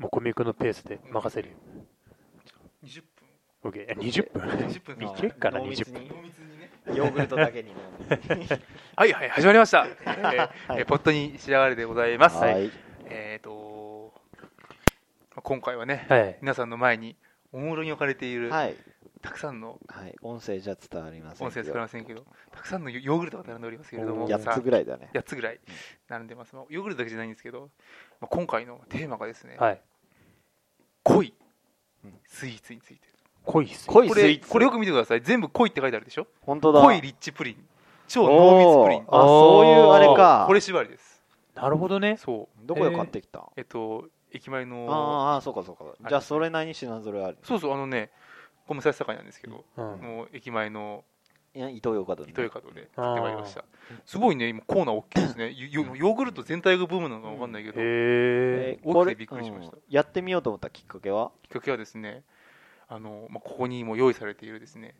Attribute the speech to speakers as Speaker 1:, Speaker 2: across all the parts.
Speaker 1: 小宮君のペースで任せるよ。
Speaker 2: 20分
Speaker 1: OK。20分
Speaker 2: 20分
Speaker 1: いけっかな、
Speaker 3: 濃密
Speaker 1: 20分。
Speaker 3: にヨーグルトだけに飲んで
Speaker 2: はいはい始まりました、えーえーポットに仕上がりでございます、
Speaker 3: はい
Speaker 2: えーとまあ今回はね、
Speaker 1: はい。
Speaker 2: 皆さんの前におもむろに置かれている、
Speaker 3: はい、
Speaker 2: たくさんの
Speaker 3: はい、音声じゃ伝わりません
Speaker 2: 音声
Speaker 3: けど
Speaker 2: 作れませんけどたくさんのヨヨーグルトが並んでおりますけれども
Speaker 1: おー
Speaker 3: 8つぐらいだね
Speaker 2: 8つぐらい並んでます、まあヨーグルトだけじゃないんですけど、まあ、今回のテーマがですね、
Speaker 1: はい。
Speaker 2: 濃い
Speaker 3: うん
Speaker 2: スイーツについて
Speaker 1: 濃いっすよ。
Speaker 3: 濃い
Speaker 2: こ
Speaker 3: スイ
Speaker 2: れ
Speaker 3: ーツ
Speaker 2: これよく見てください全部濃いって書いてあるでしょ
Speaker 3: 本当だ
Speaker 2: 濃いリッチプリン超濃密プリン
Speaker 3: おーあそういうあれか
Speaker 2: これ縛りです
Speaker 1: なるほどね。
Speaker 2: そう
Speaker 3: どこで買ってきた、
Speaker 2: えっと駅前の
Speaker 3: あーあーそうかそうかじゃあそれなりに品揃えある
Speaker 2: そうそうあのねこれも最盛なんですけど、
Speaker 1: うん。
Speaker 2: もう駅前の
Speaker 3: いや伊東洋華堂ね
Speaker 2: 伊東カドで買ってまいりましたすごいね今コーナー大きいで すねヨヨヨーグルト全体がブームなのかわかんないけど、きっ
Speaker 1: へ
Speaker 3: え
Speaker 2: 大きく
Speaker 3: ー
Speaker 2: て
Speaker 3: これ
Speaker 2: びっくりしました
Speaker 3: うんやってみようと思ったきっかけは
Speaker 2: かけはですねあの、まあ、ここにも用意されているですね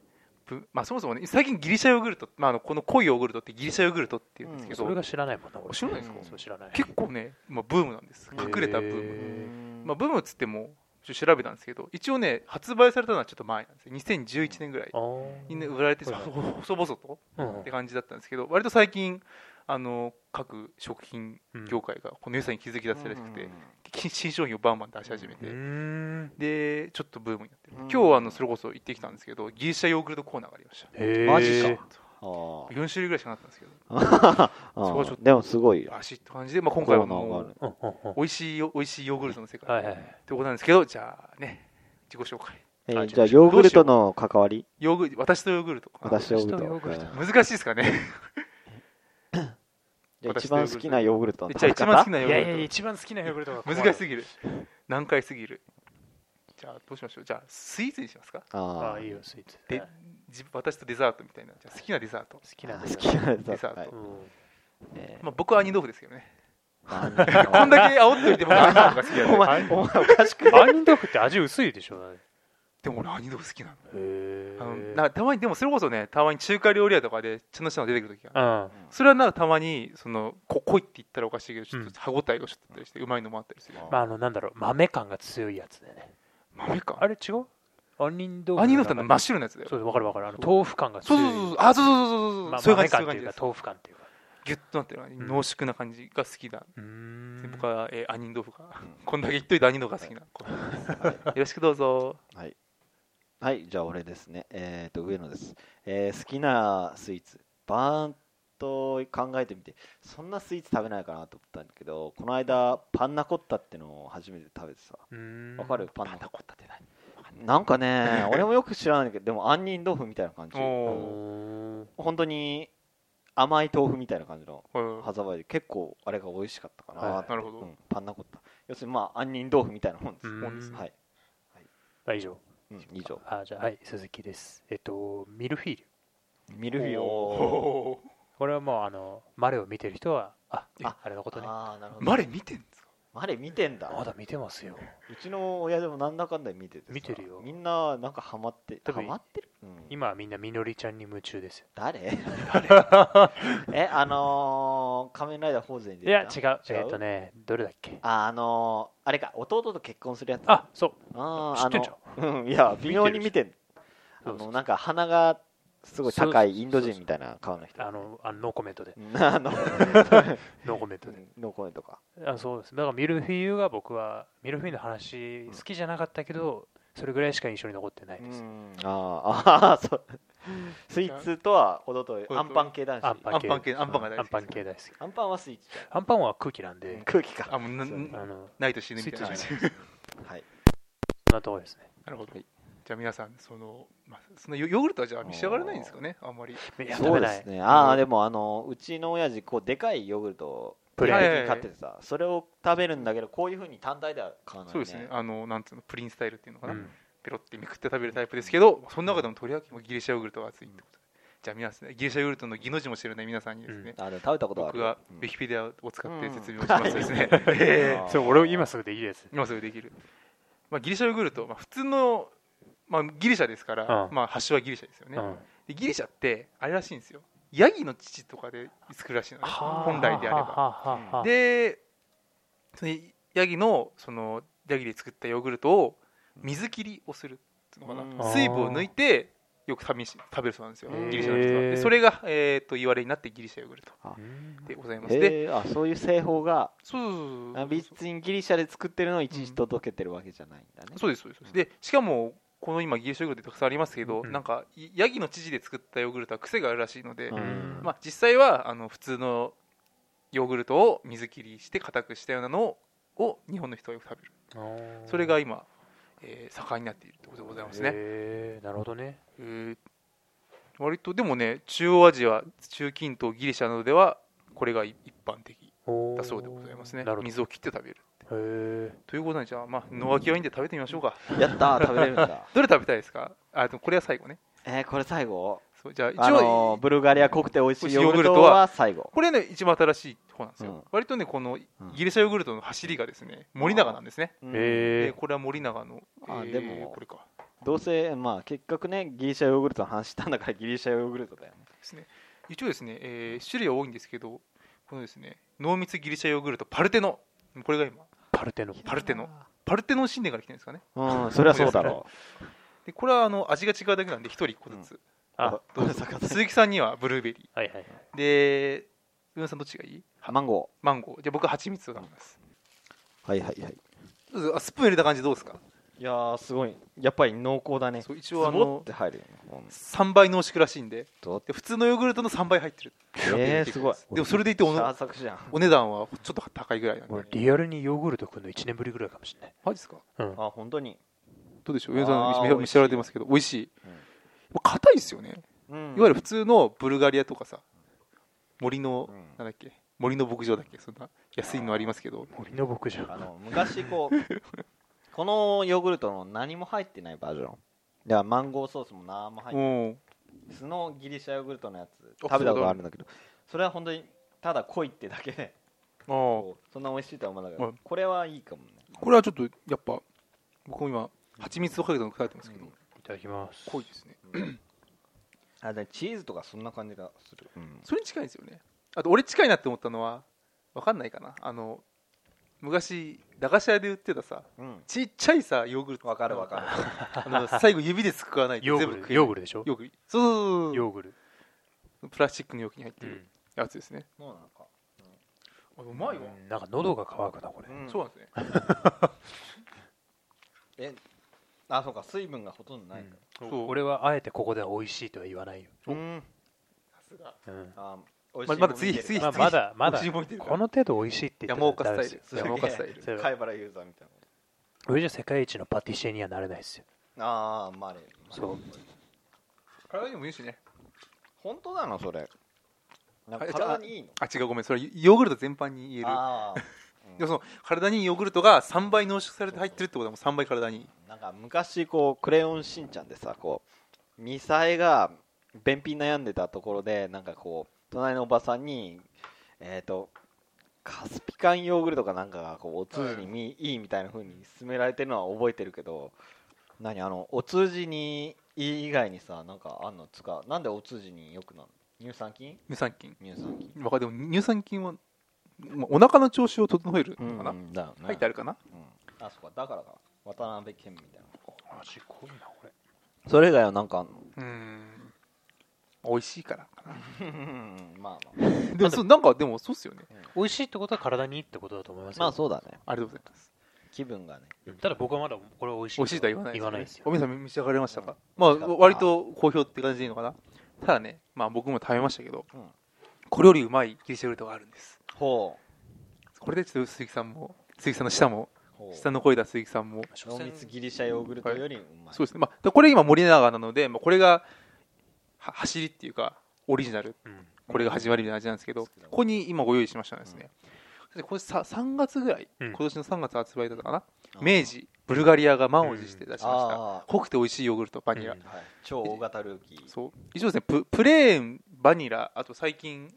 Speaker 2: ぶまあ、そもそもね最近ギリシャヨーグルト、まあ、あのこの濃いヨーグルトってギリシャヨーグルトっていうんです
Speaker 1: え。
Speaker 2: けど、
Speaker 1: それが知らないもんな、俺。
Speaker 2: 知らないですか
Speaker 1: そう、知らない。
Speaker 2: 結構ね、まあ、ブームなんです
Speaker 3: うん
Speaker 2: 隠れたブー
Speaker 1: へ
Speaker 2: ム、
Speaker 1: ー
Speaker 2: まあ、ブームっつってもちょっと調べたんですけど一応ね発売されたのはちょっと前なんですよ2011年ぐらい
Speaker 1: あー
Speaker 2: にね売られて
Speaker 1: はいはい
Speaker 2: 細々と
Speaker 1: うん
Speaker 2: って感じだったんですけど割と最近あの各食品
Speaker 1: うん
Speaker 2: 業界がこの良さに気づき出せらしくて
Speaker 3: うん
Speaker 2: 新商品をバンバン出し始め
Speaker 1: うー
Speaker 2: て
Speaker 1: ん。
Speaker 2: でちょっとブームになってる
Speaker 3: うん
Speaker 2: 今日はあのそれこそ行ってきたんですけどギリシャヨーグルトコーナーがありました
Speaker 1: へえ。
Speaker 3: マジかあ
Speaker 2: 4種類ぐらいしかなかったんですけど
Speaker 3: ー
Speaker 2: そこはちょっ
Speaker 3: うんでもすごいよ
Speaker 2: バシッと感じでまあ今回は
Speaker 3: コーナー
Speaker 2: も
Speaker 3: があ
Speaker 2: う
Speaker 3: る
Speaker 1: うんうんうん。
Speaker 2: 美味しいよ美味しいヨーグルトの世界
Speaker 1: はいはい。
Speaker 2: ということなんですけど、じゃあね、自己紹介。
Speaker 3: え
Speaker 1: あ
Speaker 3: ー
Speaker 1: じゃあ
Speaker 3: じゃあヨーグルトの関わり
Speaker 2: ヨーグルト、私とヨーグルト。
Speaker 3: 私ヨーグル
Speaker 1: 私と
Speaker 3: ト
Speaker 1: ヨーグルト
Speaker 3: うん
Speaker 2: 難しいですかね。
Speaker 3: じゃあ一番好きなヨーグルトの
Speaker 2: じゃあ一番好き
Speaker 3: な
Speaker 2: ないヨ
Speaker 1: や
Speaker 2: ー
Speaker 1: い
Speaker 2: グ
Speaker 1: や
Speaker 2: ル
Speaker 1: 一番好きなヨーグルトが
Speaker 2: ト。難しす
Speaker 1: ぎ
Speaker 2: ぎる。難解すぎる。じゃあどうしましょう。じゃあスイーツにしますか。
Speaker 3: あ
Speaker 1: ああ
Speaker 3: ー
Speaker 1: いいよスイーツ
Speaker 2: で
Speaker 1: はい、
Speaker 2: 自私とデザートみたいな。じゃあ好きなデザート
Speaker 1: 好。き
Speaker 3: あ
Speaker 1: な
Speaker 3: ー好きなやつだ
Speaker 2: デザート
Speaker 3: はい
Speaker 1: うん
Speaker 3: え
Speaker 2: まあ僕は杏仁豆腐ですけ どね。
Speaker 3: ー
Speaker 2: こんだけ煽っといて僕は杏仁豆腐が好きだ
Speaker 3: お
Speaker 2: よね。
Speaker 3: 前お前おかしくない
Speaker 1: 杏仁豆腐って味薄いでしょへ
Speaker 2: でも俺杏仁豆腐好きなの。あの
Speaker 1: え
Speaker 2: なたまにでもそれこそね、たまに中華料理屋とかでちゃんとしたの出てくるときが。
Speaker 1: うん
Speaker 2: それはなんかたまにそのこ濃いって言ったらおかしいけどちょっと歯ごたえがちょっとあったりしてうまいのもあったりする、
Speaker 1: まああのなんだろう豆感が強いやつでね
Speaker 2: 豆か
Speaker 1: あれ違う杏仁豆腐
Speaker 2: アニメだったの真っ
Speaker 1: 白
Speaker 2: 白なやつだよ
Speaker 1: そうわかるわかるあの
Speaker 2: そう
Speaker 1: 豆腐感が
Speaker 2: そ
Speaker 1: 強い
Speaker 2: うそうそうそうあそうそうそうそうそう、
Speaker 1: まあ
Speaker 2: そういう
Speaker 1: 豆
Speaker 2: 感
Speaker 1: 感
Speaker 2: じ
Speaker 1: っていう
Speaker 2: そういう感
Speaker 1: か
Speaker 2: じ
Speaker 1: 豆腐感っていうか
Speaker 2: ギュッとなってる感じ、
Speaker 1: うん
Speaker 2: 濃縮な感じが好きだ、
Speaker 1: うーん
Speaker 2: 僕は、えー、杏仁豆腐が、
Speaker 3: ん
Speaker 2: こんだけ言っといて杏仁豆腐が好き な、よろしくどうぞ
Speaker 3: はい、じゃあ俺ですね。えっ、と、上野です。えー好きなスイーツ、バーンと考えてみて、そんなスイーツ食べないかなと思ったんだけど、この間、パンナコッタってのを初めて食べてさ、
Speaker 1: うーん
Speaker 3: わかるパン
Speaker 2: パン
Speaker 3: ナ
Speaker 2: ナコッタって何
Speaker 3: なんかね、俺もよく知らないんだけど、でも、杏仁豆腐みたいな感じ。
Speaker 1: う
Speaker 2: お
Speaker 1: ーん
Speaker 3: 本当に甘い豆腐みたいな感じの
Speaker 2: お
Speaker 3: 歯触りで、結構あれが美味しかったかな、
Speaker 1: はい
Speaker 2: なるほど、
Speaker 3: うんパンナコッタ。要するに、まあ、杏仁豆腐みたいなもんです。
Speaker 1: うん
Speaker 2: もんですね
Speaker 3: はい、
Speaker 1: あ以上
Speaker 3: うん、以上。
Speaker 1: あじゃあはい鈴木ですえっとミルフィーユ
Speaker 3: ミルフィーユを。
Speaker 2: おー
Speaker 1: これはもうあのマレを見てる人はあ
Speaker 3: あ
Speaker 1: あれのことね
Speaker 3: あーなるほど
Speaker 2: マレ見てんですか
Speaker 3: あれ見てんだ。
Speaker 1: まだ見てますよ
Speaker 3: うちの親でもなんだかんだ見ててさ
Speaker 1: 見てるよ
Speaker 3: みんななんかハマって
Speaker 1: 多
Speaker 3: ハ
Speaker 1: 分
Speaker 3: マってる、うん
Speaker 1: 今はみんなみのりちゃんに夢中ですよ
Speaker 3: 誰 えあのー仮面ライダーホーゼに出
Speaker 1: い
Speaker 3: て
Speaker 1: や違う
Speaker 3: た
Speaker 1: えっ、とねどれだっけ
Speaker 3: ああのーあれか弟と結婚するやつ
Speaker 1: あそう
Speaker 3: あー
Speaker 1: 知ってんじ
Speaker 3: あのうんいや微妙に見てん
Speaker 1: そ
Speaker 3: あ
Speaker 1: うそう
Speaker 3: のなんか鼻がすごい高いインド人みたいな顔の人
Speaker 1: あのあのノーコメント で
Speaker 3: うん あの
Speaker 1: ノーコメントで
Speaker 3: ノーコメントか
Speaker 1: あそうですだからミルフィーユが僕はミルフィーユの話好きじゃなかったけどそれぐらいしか印象に残ってないうです、
Speaker 3: んあーあーそうスイーツとは程遠い
Speaker 2: 程遠い
Speaker 3: アンパン系男子
Speaker 1: アンパン系
Speaker 2: アンパン系アンパンが大
Speaker 1: ア
Speaker 2: 好き
Speaker 1: ンパン系大好き
Speaker 3: アンパンはスイーツじ
Speaker 1: アンパンは空気なん
Speaker 3: ゃん
Speaker 1: で、
Speaker 3: 空気か
Speaker 2: あもうな
Speaker 3: そう
Speaker 2: な
Speaker 1: あの
Speaker 2: ないと死ぬみたいな
Speaker 3: スイ
Speaker 2: 感
Speaker 3: ッ
Speaker 2: じ
Speaker 3: はい
Speaker 1: そんなところですね
Speaker 2: なるほど、じゃあ皆さんその、まあ、そのヨヨーグルトはじゃあ召し上がらないんですかねあんまり
Speaker 1: いや
Speaker 3: そ
Speaker 1: 食
Speaker 3: う
Speaker 1: べ
Speaker 3: で
Speaker 1: ない
Speaker 3: すね。あ
Speaker 1: う
Speaker 3: あ、
Speaker 1: ん
Speaker 3: でもあのうちの親父こうでかいヨーグルトを
Speaker 1: プレーン
Speaker 3: 定期的に買っててさ、それを食べるんだけどこういう風に単体では買わない
Speaker 2: そう
Speaker 3: ね。
Speaker 2: ですねあのなんつうのプリンスタイルっていうのか
Speaker 1: う
Speaker 2: な、
Speaker 1: ん
Speaker 2: ペロってめくって食べるタイプですけど、その中でもとりわけもギリシャヨーグルトが熱いってことで、じゃあ皆さん、ギリシャヨーグルトの技能字も知らない皆さんにですね、
Speaker 3: あでも食べたことはあ
Speaker 2: 僕
Speaker 3: る。
Speaker 2: が
Speaker 3: うん
Speaker 2: ウィキペディアを使って
Speaker 3: うん
Speaker 2: 説明をしますとですね、
Speaker 3: い
Speaker 2: えー
Speaker 3: あー
Speaker 1: そう俺を今すぐでいいです
Speaker 2: 今すぐできる。まあ、ギリシャヨーグルト、まあ、普通の、まあ、ギリシャですから、
Speaker 1: うん
Speaker 2: まあ、発祥はギリシャですよね、
Speaker 1: うん
Speaker 2: で。ギリシャって、あれらしいんですよ、ヤギの乳とかで作るらしいのね、
Speaker 1: はあ
Speaker 2: 本来であれば。
Speaker 1: はあはあはあ
Speaker 2: でそのヤギのそのヤギで作ったヨーグルトを水切りをするっていうのかな
Speaker 1: うん
Speaker 2: 水分を抜いてよく試し食べるそうなんですよ
Speaker 3: へー
Speaker 2: ギリシャの人はでそれが、えー、と言われになってギリシャヨーグルトでございますで
Speaker 3: へえあそういう製法が
Speaker 2: そうそう
Speaker 3: あ
Speaker 2: そうそう
Speaker 3: 別にギリシャで作ってるのをいちいち届けてるわけじゃないんだね、
Speaker 2: そうですそうですそうですでしかもこの今ギリシャヨーグルトたくさんありますけど、
Speaker 1: うん
Speaker 2: なんかいヤギの乳で作ったヨーグルトは癖があるらしいので、
Speaker 3: うん
Speaker 2: まあ、実際はあの普通のヨーグルトを水切りして固くしたようなのをを日本の人はよく食べるそれが今、えー盛んになっているということでございますね、
Speaker 1: へーなるほどね
Speaker 2: えー割とでもね中央アジア中近東ギリシャなどではこれが一般的だそうでございますね
Speaker 1: なるほ
Speaker 2: 水を切って食べる
Speaker 1: どへ
Speaker 2: ということでじゃあまあ野脇はいいんで食べてみましょうか
Speaker 3: やったー食べれるんだ
Speaker 2: どれ食べたいですかあでもこれは最後ね
Speaker 3: えー、これ最後
Speaker 2: そうじゃあ一応、
Speaker 3: あのーブルガリア濃くて美味しいヨーグルトは最後
Speaker 2: これね一番新しい方なんですよ、
Speaker 3: うん
Speaker 2: 割とねこの
Speaker 3: うん
Speaker 2: ギリシャヨーグルトの走りがですね森永なんですね、
Speaker 3: うん
Speaker 2: え
Speaker 1: え
Speaker 2: これは森永の
Speaker 3: あ
Speaker 2: えー
Speaker 3: でも
Speaker 2: これか
Speaker 3: どうせまあ結局ねギリシャヨーグルトの話したんだからギリシャヨーグルトだよね
Speaker 2: ですね一応ですね、えー種類は多いんですけどこのですね濃密ギリシャヨーグルトパルテノこれが今
Speaker 1: パルテノ
Speaker 2: パルテノパルテノン神殿から来てるんですかね
Speaker 3: うんそれはそうだろ
Speaker 2: でこれはあの味が違うだけなんで一人一個ずつ、
Speaker 3: う
Speaker 1: あ
Speaker 3: どうぞ坂田さ
Speaker 2: 鈴木さんにはブルーベリ
Speaker 1: はいはい
Speaker 2: ーで上野さんどっちがいい
Speaker 3: んマンゴ
Speaker 2: マンゴーじゃあ僕は蜂蜜を食べます
Speaker 3: ーはいはいはい
Speaker 2: どうぞあスプーン入れた感じどうですか
Speaker 3: いやーすごいやっぱり濃厚だね
Speaker 2: そう一
Speaker 3: ズ
Speaker 2: 応あ
Speaker 3: ボっ
Speaker 2: の
Speaker 3: て入るよねうん
Speaker 2: 3倍濃縮らしいんで
Speaker 3: どう
Speaker 2: で普通のヨーグルトの3倍入ってる
Speaker 3: えーすごい
Speaker 2: でもそれでいてお
Speaker 3: 小作じゃん
Speaker 2: お値段はちょっと高いぐらいなんで
Speaker 1: 俺リアルにヨーグルトくんの1年ぶりぐらいかもしれない
Speaker 2: マジですか
Speaker 1: うん
Speaker 3: あ本当に
Speaker 2: どうでしょう上野さ
Speaker 3: あ
Speaker 2: ん
Speaker 3: ー
Speaker 2: 召し召し上がってますけど美味しい
Speaker 3: うん
Speaker 2: もう硬いですよね
Speaker 3: い
Speaker 2: いわゆる普通のブルガリアとかさ森の
Speaker 3: うん
Speaker 2: なんだっけ森の牧場だっけそんな安いのありますけど
Speaker 1: 森の牧場
Speaker 3: あの昔こう このヨーグルトの何も入ってないバージョンいやマンゴーソースも何も入って
Speaker 2: も
Speaker 3: ないそのギリシャヨーグルトのやつ
Speaker 2: あ
Speaker 3: 食べたこと
Speaker 2: そうだ
Speaker 3: あるんだけどそれは本当にただ濃いってだけで
Speaker 2: うんこ
Speaker 3: こうそんな美味しいとは思わなかっ
Speaker 2: う
Speaker 3: た
Speaker 2: ん
Speaker 3: これはいいかもね
Speaker 2: れはちょっとやっぱ僕も今蜂蜜をかけたの食べてますけど
Speaker 3: うん
Speaker 1: いただきます
Speaker 2: 濃いですね
Speaker 3: あでチーズとかそんな感じがする
Speaker 2: それに近いですよねあと俺近いなって思ったのはわかんないかなあの昔駄菓子屋で売ってたさ
Speaker 3: うん
Speaker 2: ちっちゃいさヨーグルト
Speaker 3: わかるわかる
Speaker 2: あの最後指ですくわないと
Speaker 1: ヨー
Speaker 2: 全
Speaker 1: グ
Speaker 2: 部
Speaker 1: ルト
Speaker 2: 食え
Speaker 1: ヨーグル
Speaker 2: ない
Speaker 1: トでしょ
Speaker 2: ヨーグルトそうそうそう
Speaker 1: ヨーグル
Speaker 2: そうプラスチックの容器に入って
Speaker 1: ト
Speaker 2: るやつですね
Speaker 3: そうなのか
Speaker 2: あうまいわ
Speaker 1: うんなんか喉が渇くなこれ
Speaker 3: うん
Speaker 2: そうなんですね
Speaker 3: えあそうか水分がほとんどないか
Speaker 1: うん
Speaker 2: そう
Speaker 1: 俺はあえてここでは美味しいとは言わないよ、
Speaker 3: らうん
Speaker 2: さすが
Speaker 1: うん
Speaker 3: あ美味
Speaker 2: ま
Speaker 3: しい
Speaker 2: まだ次
Speaker 3: もん見て
Speaker 2: 次
Speaker 3: る
Speaker 1: まあ、
Speaker 2: 次
Speaker 1: まだまだ
Speaker 2: お尻も見てるから
Speaker 1: この程度美味しいって言って
Speaker 2: 山岡スタイ
Speaker 1: ダメ
Speaker 2: ル
Speaker 1: ですよ
Speaker 2: 山岡スタイル
Speaker 1: そう
Speaker 3: 貝原ユーザーみたい
Speaker 1: 俺じゃ世界一のパティシエにはなれないですよ
Speaker 3: なああまああれ
Speaker 1: そう
Speaker 2: 体にもいいしね
Speaker 3: 本当なのそれなんか
Speaker 2: あじゃあ
Speaker 3: 体にいいの
Speaker 2: あ違うごめんそれヨーグルト全般に言える
Speaker 3: ああ
Speaker 2: でもその体にいいヨーグルトが3倍濃縮されて入ってるってことはもう3倍体にいい
Speaker 3: なんか昔こう「クレヨンしんちゃん」でさこう2歳が便秘悩んでたところでなんかこう隣のおばさんにえっ、とカスピカンヨーグルトかなんかがこうお通じにみいいみたいな風に勧められてるのは覚えてるけど何あのお通じにいい以外にさなんかあんのつかなんでお通じによくなるの乳酸菌
Speaker 2: 乳酸菌
Speaker 3: 乳酸菌
Speaker 2: わかるでも乳酸菌はまあお腹の調子を整えるのかな
Speaker 3: うんだよね
Speaker 2: 入ってあるかな
Speaker 3: うん、あそこだからか渡辺謙みたいな
Speaker 1: 味濃いなこれ
Speaker 3: それ以外はなんかあんの
Speaker 2: うん美味しいからかな
Speaker 3: まあまあ
Speaker 2: でもそうなんかでもそうっすよね
Speaker 1: 美味しいってことは体にいいってことだと思いますよ、
Speaker 3: まあそうだね
Speaker 2: ありがとうございます
Speaker 3: 気分がね
Speaker 1: ただ僕はまだこれは美味しい
Speaker 2: 美味しいとは言わない
Speaker 1: 言わないですよ
Speaker 2: おみさん召し上がれましたか、
Speaker 3: うん
Speaker 2: ま
Speaker 3: 美味しか
Speaker 2: あ
Speaker 3: った
Speaker 2: 割と好評って感じでいいのかなただねまあ僕も食べましたけど、
Speaker 3: うん
Speaker 2: これよりうまいギリシャヨーグルトがあるんです
Speaker 3: ほ
Speaker 2: これでちょっと鈴木さんも鈴木さんの舌も
Speaker 3: うほう
Speaker 2: 舌の声だ鈴木さんも
Speaker 1: 所
Speaker 3: 濃
Speaker 1: 詮
Speaker 3: 密ギリシャヨーグルトよりうまい、
Speaker 2: そうですねまあでこれ今森永なので、まあ、これがは走りっていうかオリジナル
Speaker 1: うん
Speaker 2: これが始まりみたいな味なんですけど、ここに今ご用意しましたのはですね、でこれさ3月ぐらい、
Speaker 1: うん
Speaker 2: 今年の3月発売だったかな、
Speaker 3: あー
Speaker 2: 明治ブルガリアが満を持して出しました、
Speaker 3: あー
Speaker 2: 濃くて美味しいヨーグルトバニラ、
Speaker 1: うん
Speaker 3: はい、超大型ルーキー
Speaker 2: そう以上ですねププレーンバニラあと最近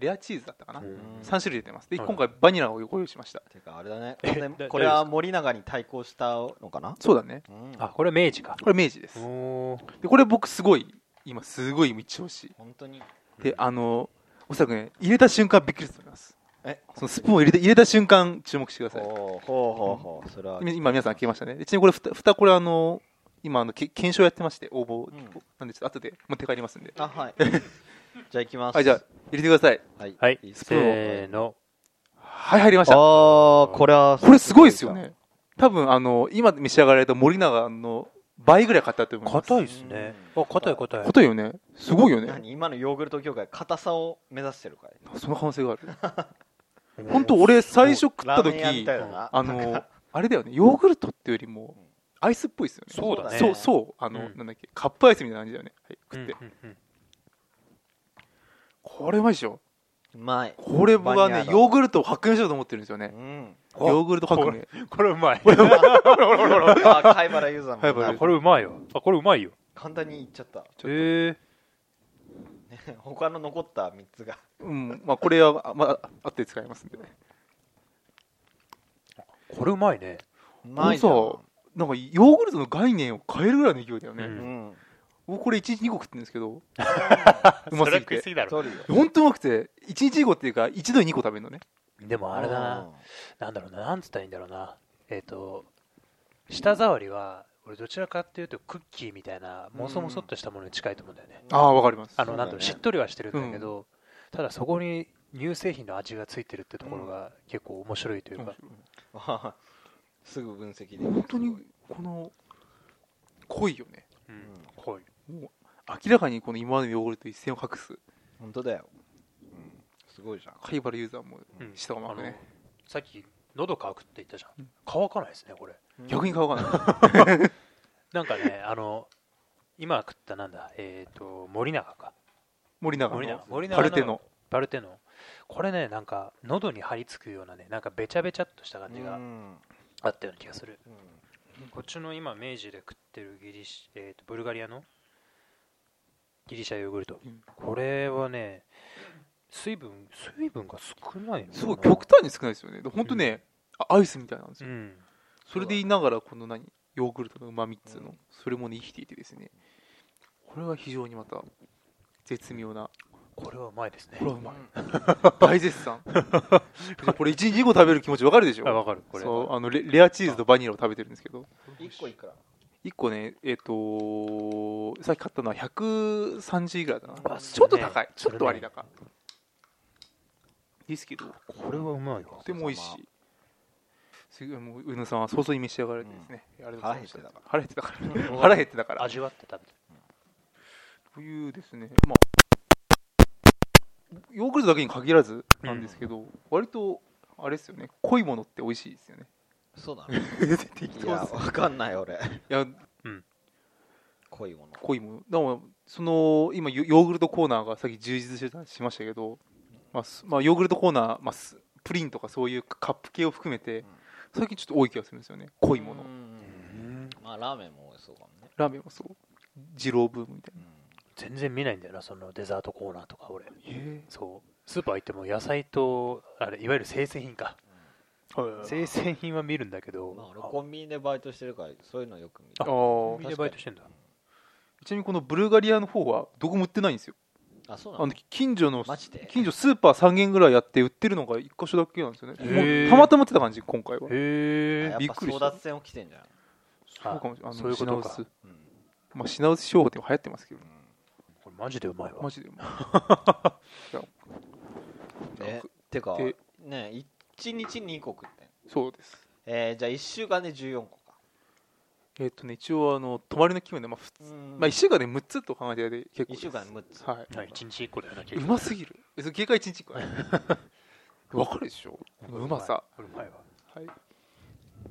Speaker 2: レアチーズだったかな、
Speaker 1: うん
Speaker 2: 3種類出てますで
Speaker 1: はい
Speaker 2: 今回バニラをご用意しました
Speaker 3: てかあれだね
Speaker 1: え
Speaker 3: 完全
Speaker 1: だ
Speaker 3: これは森永に対抗したのかな、
Speaker 2: そうだね
Speaker 3: うん、
Speaker 1: あこれ明治か
Speaker 2: これ明治です
Speaker 1: おー
Speaker 2: でこれ僕すごい今すごい一押し
Speaker 3: 本当に
Speaker 2: で
Speaker 1: うん
Speaker 2: あのおそらくね入れた瞬間びっくりすると思います
Speaker 3: え
Speaker 2: そのスプーンを入れて入れた瞬間注目してください
Speaker 3: ほうほうほうほうそれは
Speaker 2: 今今皆さん聞きましたねちなみにこれふたふたこれあの今あのけ検証やってまして応募、
Speaker 3: うん
Speaker 2: なんでちょっと後で持って帰りますんで
Speaker 3: あはいじゃあ行きます
Speaker 2: はいじゃあ入れてください
Speaker 3: はい
Speaker 1: はい
Speaker 3: いいっす
Speaker 1: せーの
Speaker 2: はい入りました
Speaker 3: ああこれは
Speaker 2: これすごいですよね多分あの今召し上がられた森永の倍ぐらい硬いと思います
Speaker 1: 硬いですねあ硬い硬い
Speaker 2: 硬いよねすごいよね
Speaker 3: 何今のヨーグルト業界硬さを目指してるかい
Speaker 2: その可能性がある本当俺最初食った
Speaker 3: ラーメン屋み
Speaker 2: 時
Speaker 3: たいだな
Speaker 2: あのあれだよねヨーグルトっていうよりも
Speaker 3: うん
Speaker 2: アイスっぽいですよね
Speaker 1: そうだね
Speaker 2: そうそうあの、
Speaker 1: うん
Speaker 2: なんだっけカップアイスみたいな感じだよね、はい、
Speaker 1: うん
Speaker 2: 食
Speaker 1: う
Speaker 2: っ
Speaker 1: ん
Speaker 2: て、
Speaker 1: うん
Speaker 2: これうまいでしょ
Speaker 3: うまい
Speaker 2: これ
Speaker 3: バ
Speaker 2: は
Speaker 3: ニラ
Speaker 2: ね
Speaker 3: だ
Speaker 2: ヨーグルトを発見しようと思ってるんですよね
Speaker 3: うん
Speaker 1: お
Speaker 2: ヨーグルト革命
Speaker 1: これう まい
Speaker 3: あ 貝原ユーザ
Speaker 2: 貝
Speaker 3: ーも
Speaker 2: 原ユー
Speaker 3: な
Speaker 2: ザー
Speaker 1: これうまいよあこれうまいよ
Speaker 3: 簡単に言っちゃった
Speaker 2: ちょっ と
Speaker 1: え
Speaker 3: 他の残った3つが
Speaker 2: うんまあこれはあまあ後で使いますんで
Speaker 1: ーこれうまいね
Speaker 3: うまいじゃ
Speaker 2: こ
Speaker 3: ん
Speaker 2: なんかヨーグルトの概念を変えるぐらいの勢いだよね、
Speaker 1: う
Speaker 3: うんん
Speaker 2: 僕これ1日2個食ってるんですけ どうま
Speaker 1: そ
Speaker 2: す
Speaker 1: れは
Speaker 2: ぎ
Speaker 1: 食い
Speaker 2: て
Speaker 1: すぎだろ
Speaker 3: 取るよ
Speaker 2: 本当うまくて1日2個っていうか1度に2個食べるのね
Speaker 1: でもあれだななんだろうななんつったらいいんだろうなえっと舌触りは俺どちらかっていうとクッキーみたいなもそもそっとしたものに近いと思うんだよね
Speaker 2: ああわかります
Speaker 1: あの
Speaker 3: そう
Speaker 1: なん
Speaker 3: だね
Speaker 1: だろうしっとりはしてるんだけどただそこに乳製品の味がついてるってところが結構面白いというか
Speaker 3: うん すぐ分析できる
Speaker 2: 本当にこの濃いよね
Speaker 1: うん濃い
Speaker 2: 明らかにこの今までのヨーグルト一線を画す
Speaker 3: 本当だようんすごいじゃん
Speaker 2: カイバルユーザーも
Speaker 1: うん
Speaker 2: 舌が
Speaker 1: あ
Speaker 2: 巻く
Speaker 1: の
Speaker 2: ね
Speaker 1: さっき喉乾くって言ったじゃ
Speaker 2: うん
Speaker 1: ん乾かないですねこれ
Speaker 2: 逆に顔がない
Speaker 1: なんかねあの今食ったなんだえっと森永か
Speaker 2: 森永
Speaker 1: 森永
Speaker 2: の
Speaker 1: 森
Speaker 2: パ
Speaker 1: 永
Speaker 2: ルテの
Speaker 1: バルテノこれねなんか喉に張り付くようなねなんかべちゃべちゃっとした感じ
Speaker 3: う
Speaker 1: が
Speaker 3: ん
Speaker 1: あったような気がする
Speaker 3: うん
Speaker 1: こっちの今明治で食ってるギリシ、えー、とブルガリアのギリシャヨーグルト
Speaker 2: うん
Speaker 1: これはね水分水分が少ないのかな
Speaker 2: すごい極端に少ないですよねで本当ねあアイスみたいなんです
Speaker 1: う
Speaker 2: よ
Speaker 1: ん
Speaker 2: それで言いながらこの何ヨーグルトのうまみっつう
Speaker 3: う
Speaker 2: の
Speaker 3: ん
Speaker 2: それもね生きていてですねこれは非常にまた絶妙な
Speaker 1: これはうまいですね
Speaker 2: これはうまい大絶 賛これ1日2個食べる気持ちわかるでしょ
Speaker 1: あわかるこれ
Speaker 2: そうあのレレアチーズとバニラを食べてるんですけど
Speaker 3: 一個いくら
Speaker 2: 1個ねえっ、とさっき買ったのは130ぐらいだな
Speaker 1: わ
Speaker 2: ちょっと高い、ち
Speaker 1: それ
Speaker 2: ょ
Speaker 1: ね
Speaker 2: っと割高ですけどと
Speaker 1: これはうまいわ
Speaker 2: ても美味しいすごいもう上野さんは早々に召し上がられてですね、ありがとうございました腹減ってたから 腹減ってたから
Speaker 1: 味わって食べて
Speaker 2: というですね、まあ、ヨーグルトだけに限らずなんですけど、割とあれですよね濃いものって美味しいですよね
Speaker 3: そうなの
Speaker 2: 適
Speaker 3: い
Speaker 2: 当
Speaker 3: や
Speaker 2: です
Speaker 3: わかんない俺
Speaker 2: いや
Speaker 3: 濃いもの
Speaker 2: 濃いものだからその今ヨヨーグルトコーナーがさっき充実してたしましたけど、まあすまあ、ヨーグルトコーナー、まあ、すプリンとかそういうカップ系を含めて最近ちょっと多い気がするんですよね濃いもの、
Speaker 3: うん
Speaker 1: る
Speaker 3: まあラーメンも美味しそうかもね
Speaker 2: ラーメンもそう二郎ブームみたい
Speaker 1: 全然見ないんだよなそのデザートコーナーとか俺
Speaker 2: な
Speaker 1: そうスーパー行っても野菜とあれいわゆる生鮮品か
Speaker 2: はい
Speaker 1: 生鮮品は見るんだけど、
Speaker 3: まあ俺コンビニでバイトしてるからそういうのよく見る
Speaker 2: あ
Speaker 1: コンビ
Speaker 2: ー
Speaker 1: ニでバイトしてんだ
Speaker 2: ちなみにこのブルガリアの方はどこも売ってないんですよ
Speaker 3: あそうな
Speaker 2: あ
Speaker 3: の
Speaker 2: の近所の
Speaker 3: マジで
Speaker 2: 近所スーパー3軒ぐらいやって売ってるのが1箇所だけなんですよね
Speaker 1: へー
Speaker 2: もうたまたま売ってた感じ今回は
Speaker 1: へえ
Speaker 3: やっ
Speaker 2: びっ
Speaker 3: ぱ
Speaker 2: くり
Speaker 3: 争
Speaker 2: した
Speaker 3: 奪戦起きてんじゃん
Speaker 2: そうかもしれないあ
Speaker 1: そう
Speaker 2: の
Speaker 1: いうこと
Speaker 2: 品
Speaker 1: か
Speaker 2: 薄
Speaker 3: うん
Speaker 2: まあ品薄商法って流行ってますけど
Speaker 1: これマジでうまいわ
Speaker 2: マジで
Speaker 3: うんえてか
Speaker 2: で
Speaker 3: ね一日2個食ってん
Speaker 2: そうです
Speaker 3: えーじゃあ1週間で14個か
Speaker 2: えっとね一応あの泊まりの気分でまあふつまあ1週間で6つと考えてで結構で
Speaker 3: 1
Speaker 2: す
Speaker 3: 週間で6つ
Speaker 2: は
Speaker 1: はい一日一個だよな結
Speaker 2: い
Speaker 1: 局
Speaker 2: うますぎるえそれ経過1日かわかるでしょこのうまさ
Speaker 1: これうまいわ
Speaker 2: はい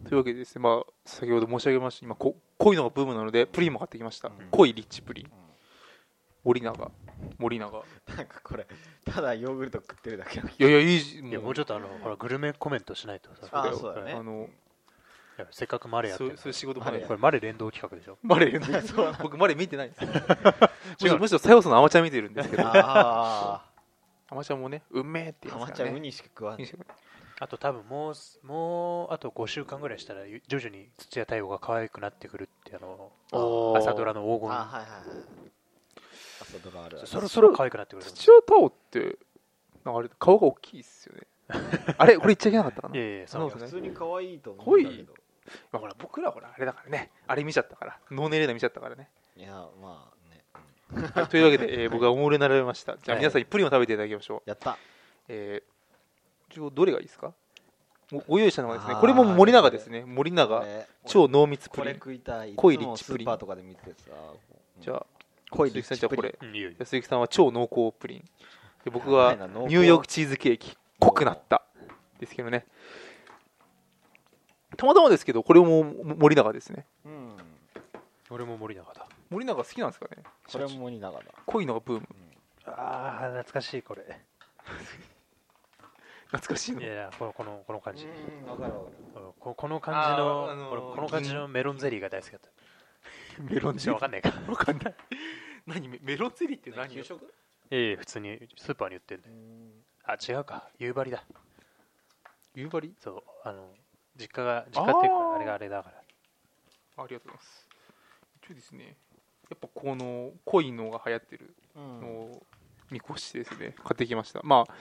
Speaker 2: というわけでですねまあ先ほど申し上げました今こ濃いのがブームなのでプリンも買ってきました
Speaker 3: ん
Speaker 2: 濃いリッチプリン
Speaker 3: うん
Speaker 2: 森永森永
Speaker 3: なんかこれただヨーグルト食ってるだけの
Speaker 2: いやいやいいし
Speaker 1: いやもうちょっとあのほらグルメコメントしないとさ
Speaker 3: あ
Speaker 2: だ
Speaker 3: ー
Speaker 2: よ
Speaker 3: そうだね
Speaker 2: あの
Speaker 1: いやせっかくマレーやって
Speaker 2: そう
Speaker 1: る
Speaker 2: そういう仕事
Speaker 3: マ
Speaker 2: マ
Speaker 3: レ
Speaker 2: レ
Speaker 3: ー
Speaker 2: ー
Speaker 1: これマレー連動企画でしょ
Speaker 2: マレーやる僕マレー見てないんですよむしろむしろサヨスのアマチャ見てるん ですけど
Speaker 3: あ
Speaker 2: アマチャもねうめえって
Speaker 3: あ
Speaker 2: 言いま
Speaker 3: たます
Speaker 2: か
Speaker 3: ちゃん
Speaker 2: ら
Speaker 3: ウ
Speaker 2: ね
Speaker 3: ニしか食わん
Speaker 2: いい
Speaker 3: ね
Speaker 2: ですよ
Speaker 1: あと多分もうすもうあと5週間ぐらいしたらゆ徐々に土屋太陽が可愛くなってくるってあの
Speaker 2: おー
Speaker 1: 朝ドラの黄
Speaker 3: あ
Speaker 1: 金
Speaker 3: ーはいはいはい朝ドラあるある
Speaker 1: そろそろ可愛くなってくると思う
Speaker 2: 土屋太鳳ってなんかあれ顔が大きいっすよねあれこれ言っちゃいけなかったか
Speaker 1: い
Speaker 2: な
Speaker 1: やいやそ
Speaker 2: そ
Speaker 1: の
Speaker 2: うですね
Speaker 3: 普通に可愛いと思うんだけど
Speaker 2: まあほら僕らほらあれだからねあれ見ちゃったからノーネレーダ見ちゃったからね
Speaker 3: いやまあねうん
Speaker 2: はいというわけで、えー僕はおもれなられましたじゃあ
Speaker 3: はい
Speaker 2: 皆さんにプリンを食べていただきましょう、
Speaker 3: やった
Speaker 2: えー一応どれがいいですかごご用意したのがですね
Speaker 3: あー
Speaker 2: これも森永ですね森
Speaker 3: こ
Speaker 2: 永
Speaker 3: れ
Speaker 2: 超濃密プ
Speaker 3: こ
Speaker 2: リ
Speaker 3: れ
Speaker 2: ン
Speaker 3: 食いたい
Speaker 2: 濃い
Speaker 3: つも
Speaker 2: リッチプリン
Speaker 3: スーパーとかで見てさ
Speaker 2: じゃあ
Speaker 3: 濃いリ
Speaker 2: 鈴木さん
Speaker 3: ッ
Speaker 2: じ
Speaker 3: チ
Speaker 2: ゃあ
Speaker 3: プ
Speaker 2: こ
Speaker 3: リ
Speaker 2: れ
Speaker 3: ン
Speaker 1: うんいいよいいよ
Speaker 2: 鈴木さんは超濃厚プリンで僕
Speaker 3: や
Speaker 2: は
Speaker 3: ばいな濃厚
Speaker 2: ニューヨークチーズケーキ濃くなったですけどねたまたまですけどこれも森永ですね
Speaker 3: うん
Speaker 1: 俺も森永だ
Speaker 2: 森永好きなんですかね
Speaker 3: これも森永だ
Speaker 2: 濃いのがブーム
Speaker 1: あー懐かしいこれ
Speaker 2: 懐かしいの
Speaker 1: いやこのこのこの感じ、
Speaker 3: うんわかるわかる
Speaker 1: ここの感じの、
Speaker 2: あーあのー
Speaker 1: 俺この感じのメロンゼリーが大好きだった
Speaker 2: メロン
Speaker 1: ちょっとわかんないか
Speaker 2: わかんない 何メメロンゼリーって何よ
Speaker 3: 食
Speaker 1: ええ普通にスーパーに売ってるねあ違うか夕張だ
Speaker 2: 夕張
Speaker 1: そうあの実家が実家っていうか
Speaker 2: あー
Speaker 1: あれがあれだから
Speaker 2: ありがとうございます一応ですねやっぱこの濃いのが流行ってるのを見越してですね買ってきましたまあ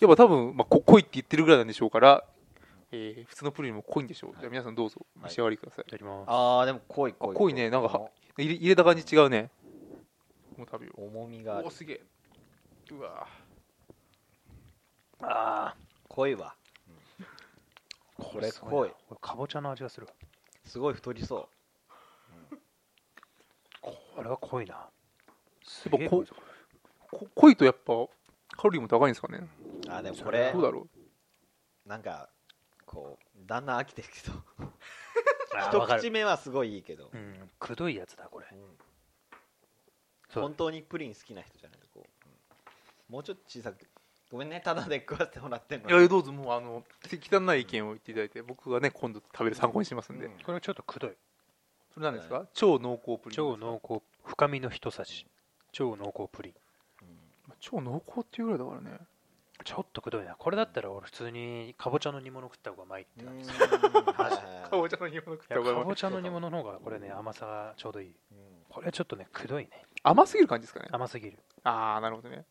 Speaker 2: やっぱ多分、まあ、こ濃いって言ってるぐらいなんでしょうから、えー普通のプリンも濃いんでしょう、じゃあ皆さんどうぞ
Speaker 3: はい
Speaker 2: 召し上がりください、
Speaker 1: やります
Speaker 3: あーでも濃い濃い
Speaker 2: 濃いねなんか
Speaker 3: この
Speaker 2: 入れ入れた感じ違うねもう食べよう
Speaker 3: 重みがある
Speaker 2: おーすげえうわ
Speaker 1: あ
Speaker 3: 濃いわ
Speaker 1: ー
Speaker 3: これ
Speaker 1: すごな
Speaker 3: 濃い
Speaker 1: これかぼちゃの味がするわ
Speaker 3: すごい太りそ
Speaker 1: これは濃いなす
Speaker 2: やっ
Speaker 1: げえ
Speaker 2: ぱ
Speaker 1: 濃
Speaker 2: こ
Speaker 1: いぞこ
Speaker 2: こ濃いとやっぱカロリーも高いんですかね
Speaker 3: うあーでもこ
Speaker 1: え
Speaker 3: れ
Speaker 2: どうだろ
Speaker 3: なんかこうだんだん飽きてるけど
Speaker 1: れあーわか
Speaker 3: 一口
Speaker 1: る
Speaker 3: 目はすごいいいけど
Speaker 1: うんくどいやつだこれそう
Speaker 3: 本当にプリン好きな人じゃないとこううんもうちょっと小さくごめんねただで食わせてもらってんの
Speaker 2: ういやいやどうぞもうあの汚い意見を言っていただいて僕がね今度食べる参考にしますんで、
Speaker 3: うん
Speaker 1: これちょっとくどい
Speaker 2: それなんですか、
Speaker 3: は
Speaker 2: 超濃厚プリン
Speaker 1: 超濃厚深みの一さじ超濃厚プリン
Speaker 2: 超濃厚っていうぐらいだからね
Speaker 1: ちょっとくどいなこれだったら俺普通にかぼちゃの煮物食った方がうまいって
Speaker 3: うん
Speaker 1: 感じ
Speaker 3: うん
Speaker 1: い
Speaker 2: かぼちゃの煮物食った
Speaker 1: や
Speaker 2: 方がうま
Speaker 1: か
Speaker 2: い
Speaker 1: ぼちゃの煮物の方がこれね甘さがちょうどいいこれはちょっとねくどいね
Speaker 2: 甘すぎる感じですかね
Speaker 1: 甘すぎる
Speaker 2: ああなるほどね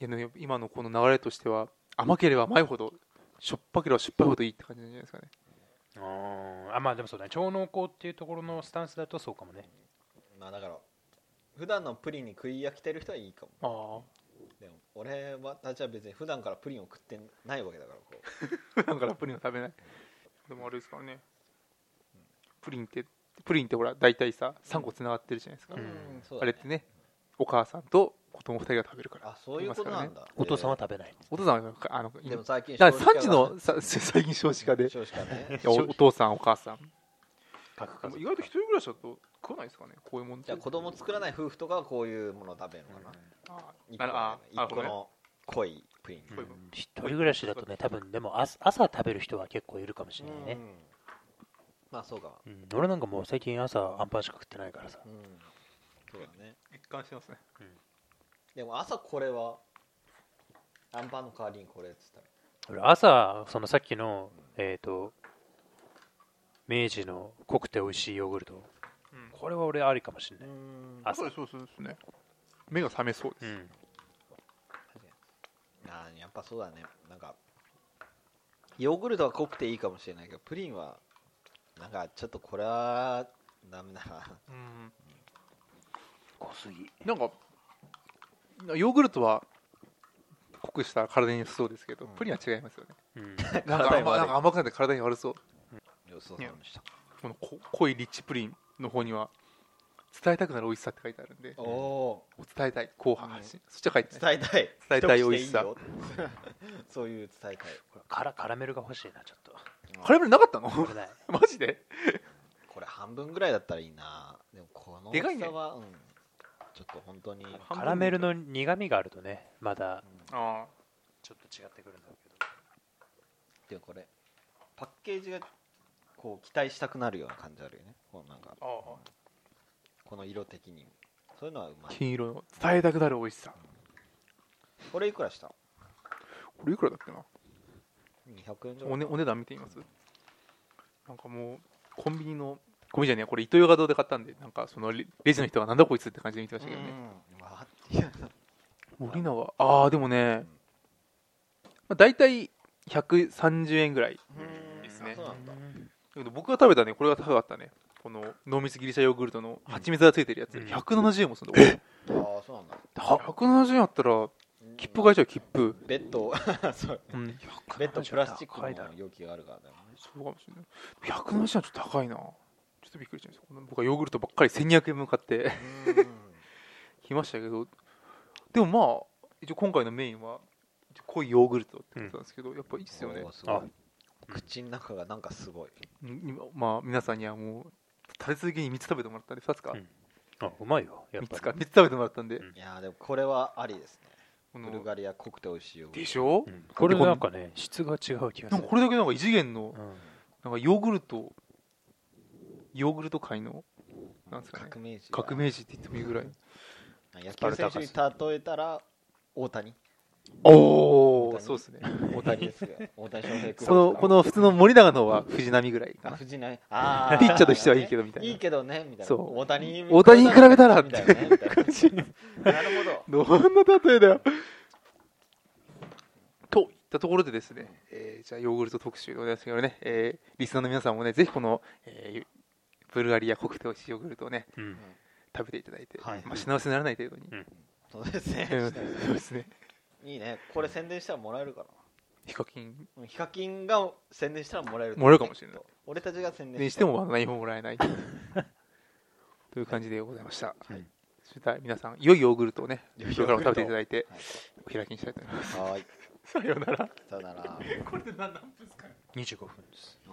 Speaker 2: いやでも今のこの流れとしては甘ければ甘いほどしょっぱければしょっぱいほどいいって感じなんじゃないですかね
Speaker 1: うんあまあでもそうだね超濃厚っていうところのスタンスだとそうかもね
Speaker 3: まあだから普段のプリンに食い飽きてる人はいいかも
Speaker 2: あ
Speaker 3: でも俺はたちは別に普段からプリンを食ってないわけだからこう
Speaker 2: あだからプリンは食べ ないでもあれですからねプリンってプリンってほら大体さ3個つながってるじゃないですか、
Speaker 1: うん
Speaker 3: そう
Speaker 2: あ
Speaker 3: だ
Speaker 2: れ
Speaker 3: ね
Speaker 2: ってねお母さんと子供2人が食べるから
Speaker 3: あそういうことなんだ
Speaker 1: お父さんは食べない
Speaker 2: お父さんはあの
Speaker 3: えーでも最近
Speaker 2: だ
Speaker 3: 少
Speaker 2: か
Speaker 3: 子
Speaker 2: ら
Speaker 3: 化
Speaker 2: 3時のさ最近少子化で
Speaker 3: 少子化ね
Speaker 2: いやおお父さんお母さん
Speaker 1: 各
Speaker 2: 意外と一人暮らしだと食わないですかねこういうもんって
Speaker 3: じゃあ子供作らない夫婦とかはこういうものを食べるのかな
Speaker 2: あ
Speaker 3: 一個
Speaker 2: なるああ
Speaker 3: 一個の濃いプリン
Speaker 2: こういう
Speaker 1: 一人暮らしだとね多分でも朝朝食べる人は結構いるかもしれないうね、
Speaker 3: んまあそうか
Speaker 1: うん俺なんかもう最近朝アンパンしか食ってないからさ
Speaker 3: うんそうだね
Speaker 2: 一貫してますね
Speaker 3: でも朝これはアンパンの代わりにこれっつったら
Speaker 1: 俺朝そのさっきのえっ、と明治の濃くて美味しいヨーグルト
Speaker 2: うん
Speaker 1: これは俺ありかもしれない、
Speaker 3: ん
Speaker 1: あ
Speaker 2: そうですそうですね目が覚めそうです、
Speaker 1: うん
Speaker 3: あーやっぱそうだねなんかヨーグルトは濃くていいかもしれないけどプリンはなんかちょっとこれはダメだな
Speaker 2: うん
Speaker 1: 濃すぎ
Speaker 2: なんかヨーグルトは濃くしたら体に良さそうですけど、
Speaker 3: うん
Speaker 2: プリンは違いますよね
Speaker 1: うん
Speaker 2: なんか
Speaker 3: 体
Speaker 2: 甘
Speaker 3: に悪い
Speaker 2: なんか甘くなって体に悪そう
Speaker 3: 予想さんでした
Speaker 2: このこ濃いリッチプリンの方には伝えたくなる美味しさって書いてあるんで
Speaker 3: おお
Speaker 2: お伝えたい後半発信、そっちは書いて
Speaker 3: ー
Speaker 2: ない
Speaker 3: 伝えたい
Speaker 2: 伝えたい美味しさ
Speaker 3: 一口でいいよ そういう伝えたい
Speaker 1: これ からカラメルが欲しいなちょっと
Speaker 2: カラメルなかったの
Speaker 1: 食べない
Speaker 2: マジで
Speaker 3: これ半分ぐらいだったらいいなでもこの
Speaker 2: でか
Speaker 3: 大
Speaker 2: い
Speaker 3: き
Speaker 2: ね
Speaker 3: さは、うん、ちょっと本当に、うん
Speaker 1: カラメルの苦みがあるとねまだ
Speaker 2: ああ
Speaker 1: ちょっと違ってくるんだろうけど
Speaker 3: でもこれパッケージがこう期待したくなるような感じあるよねこうなんか
Speaker 2: ああ
Speaker 3: この色的にそういうのはうまい
Speaker 2: 金色の伝えたくなる美味しさ
Speaker 3: これいくらした
Speaker 2: これいくらだっけな
Speaker 3: 200円じゃ
Speaker 2: お,、
Speaker 3: ん
Speaker 2: ね、お値段見てみますなんかもうコンビニのコンビニじゃねえやこれイトーヨガ堂で買ったんでなんかそのレレジの人がなんだこいつって感じで見てましたけどね
Speaker 3: うんわーって
Speaker 2: 森永ああでもね、まあ、大体130円ぐらい
Speaker 3: うん
Speaker 2: ですね
Speaker 3: あそうなんだ
Speaker 2: だけど僕が食べたねこれが高かったねこの濃密ギリシャヨーグルトの蜂蜜がついてるやつ、
Speaker 1: うん
Speaker 2: 170円もするんだ、
Speaker 3: あーそうなんだ
Speaker 2: 170円あったら
Speaker 3: うん
Speaker 2: 切符買えちゃう切符、
Speaker 3: ベッド そう
Speaker 2: うん、
Speaker 3: ベッドプラスチック
Speaker 1: 高いだろ
Speaker 3: の容器があるからね
Speaker 2: そうかもしれない170円はちょっと高いなちょっとびっくりしましたこの僕はヨーグルトばっかり1200円分買ってきましたけどでもまあ一応今回のメインは一応濃いヨーグルトってことなんですけど、やっぱいいっすよね
Speaker 3: おーすごい
Speaker 1: あ
Speaker 3: 口の中がなんかすごい
Speaker 2: うん今まあ皆さんにはもう立て続けに3つ食べてもらったんで2つか、
Speaker 1: うんあうまいよやっ
Speaker 2: 3つ
Speaker 1: ぱ
Speaker 2: か
Speaker 1: り
Speaker 2: 3つ食べてもらったんで、
Speaker 1: うん
Speaker 3: いやーでもこれはありです
Speaker 2: こ
Speaker 3: ねブル
Speaker 2: の
Speaker 3: ガリア濃くて美味しいよ
Speaker 2: でしょ、
Speaker 1: うんこれなんかね質が違う気が
Speaker 2: な
Speaker 1: する
Speaker 2: んかこれだけなんか異次元の
Speaker 1: うん
Speaker 2: なんかヨーグルトヨーグルト界のなんですかね
Speaker 3: 革命児だ
Speaker 2: 革命児って言ってもいいぐらい
Speaker 3: 野球選手に例えたら大 谷
Speaker 2: お
Speaker 3: 本当
Speaker 2: お
Speaker 3: に
Speaker 2: そうですね
Speaker 3: 大谷ですよ大谷翔平君
Speaker 2: このこの普通の森永の方は藤浪ぐらいか
Speaker 3: あ
Speaker 2: な
Speaker 3: 藤浪あ
Speaker 2: ピッチャーとしてはいいけ
Speaker 3: ど
Speaker 2: どみたい
Speaker 3: い
Speaker 2: ない
Speaker 3: けどねみたいな
Speaker 2: そう
Speaker 3: 大谷に
Speaker 2: 大谷に比べたら
Speaker 3: みたいなねみたいな
Speaker 2: 感じ
Speaker 3: なるほど
Speaker 2: どんな例えだよといったところでですね、えーじゃあヨーグルト特集でございますけどね、えーリスナーの皆さんもねぜひこの、えーブルガリア国定美味しいヨーグルトをね
Speaker 1: うん
Speaker 2: 食べていただいて、
Speaker 3: はい
Speaker 2: まあ、品薄にならない程度に、
Speaker 1: うん
Speaker 3: そうですね
Speaker 2: うんそうですね
Speaker 3: いいねこれ宣伝したらもらえるか
Speaker 2: ヒカキン
Speaker 3: なヒカキンが宣伝したらもらえる
Speaker 2: もらえるかもしれない
Speaker 3: 俺たちが宣伝
Speaker 2: にしても何ももらえないという感じでございました、
Speaker 1: はい
Speaker 2: それでは皆さん良いヨーグルトをね
Speaker 3: 良いヨーグ
Speaker 2: こ
Speaker 3: ルト
Speaker 2: れからも食べていただいて
Speaker 3: は
Speaker 2: お開きにしたいと思います
Speaker 3: はーい
Speaker 2: さようなら
Speaker 3: さよなら
Speaker 1: 25分です
Speaker 3: うん